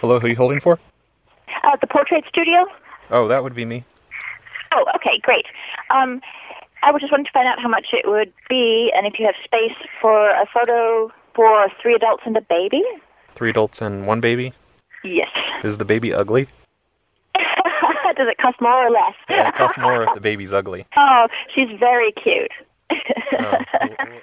Hello, who are you holding for? Uh, the portrait studio? Oh, that would be me. Oh, okay, great. Um, I was just wanting to find out how much it would be and if you have space for a photo for three adults and a baby. Three adults and one baby. Yes. Is the baby ugly? Does it cost more or less? Yeah, it costs more if the baby's ugly. Oh, she's very cute. Um, w- w-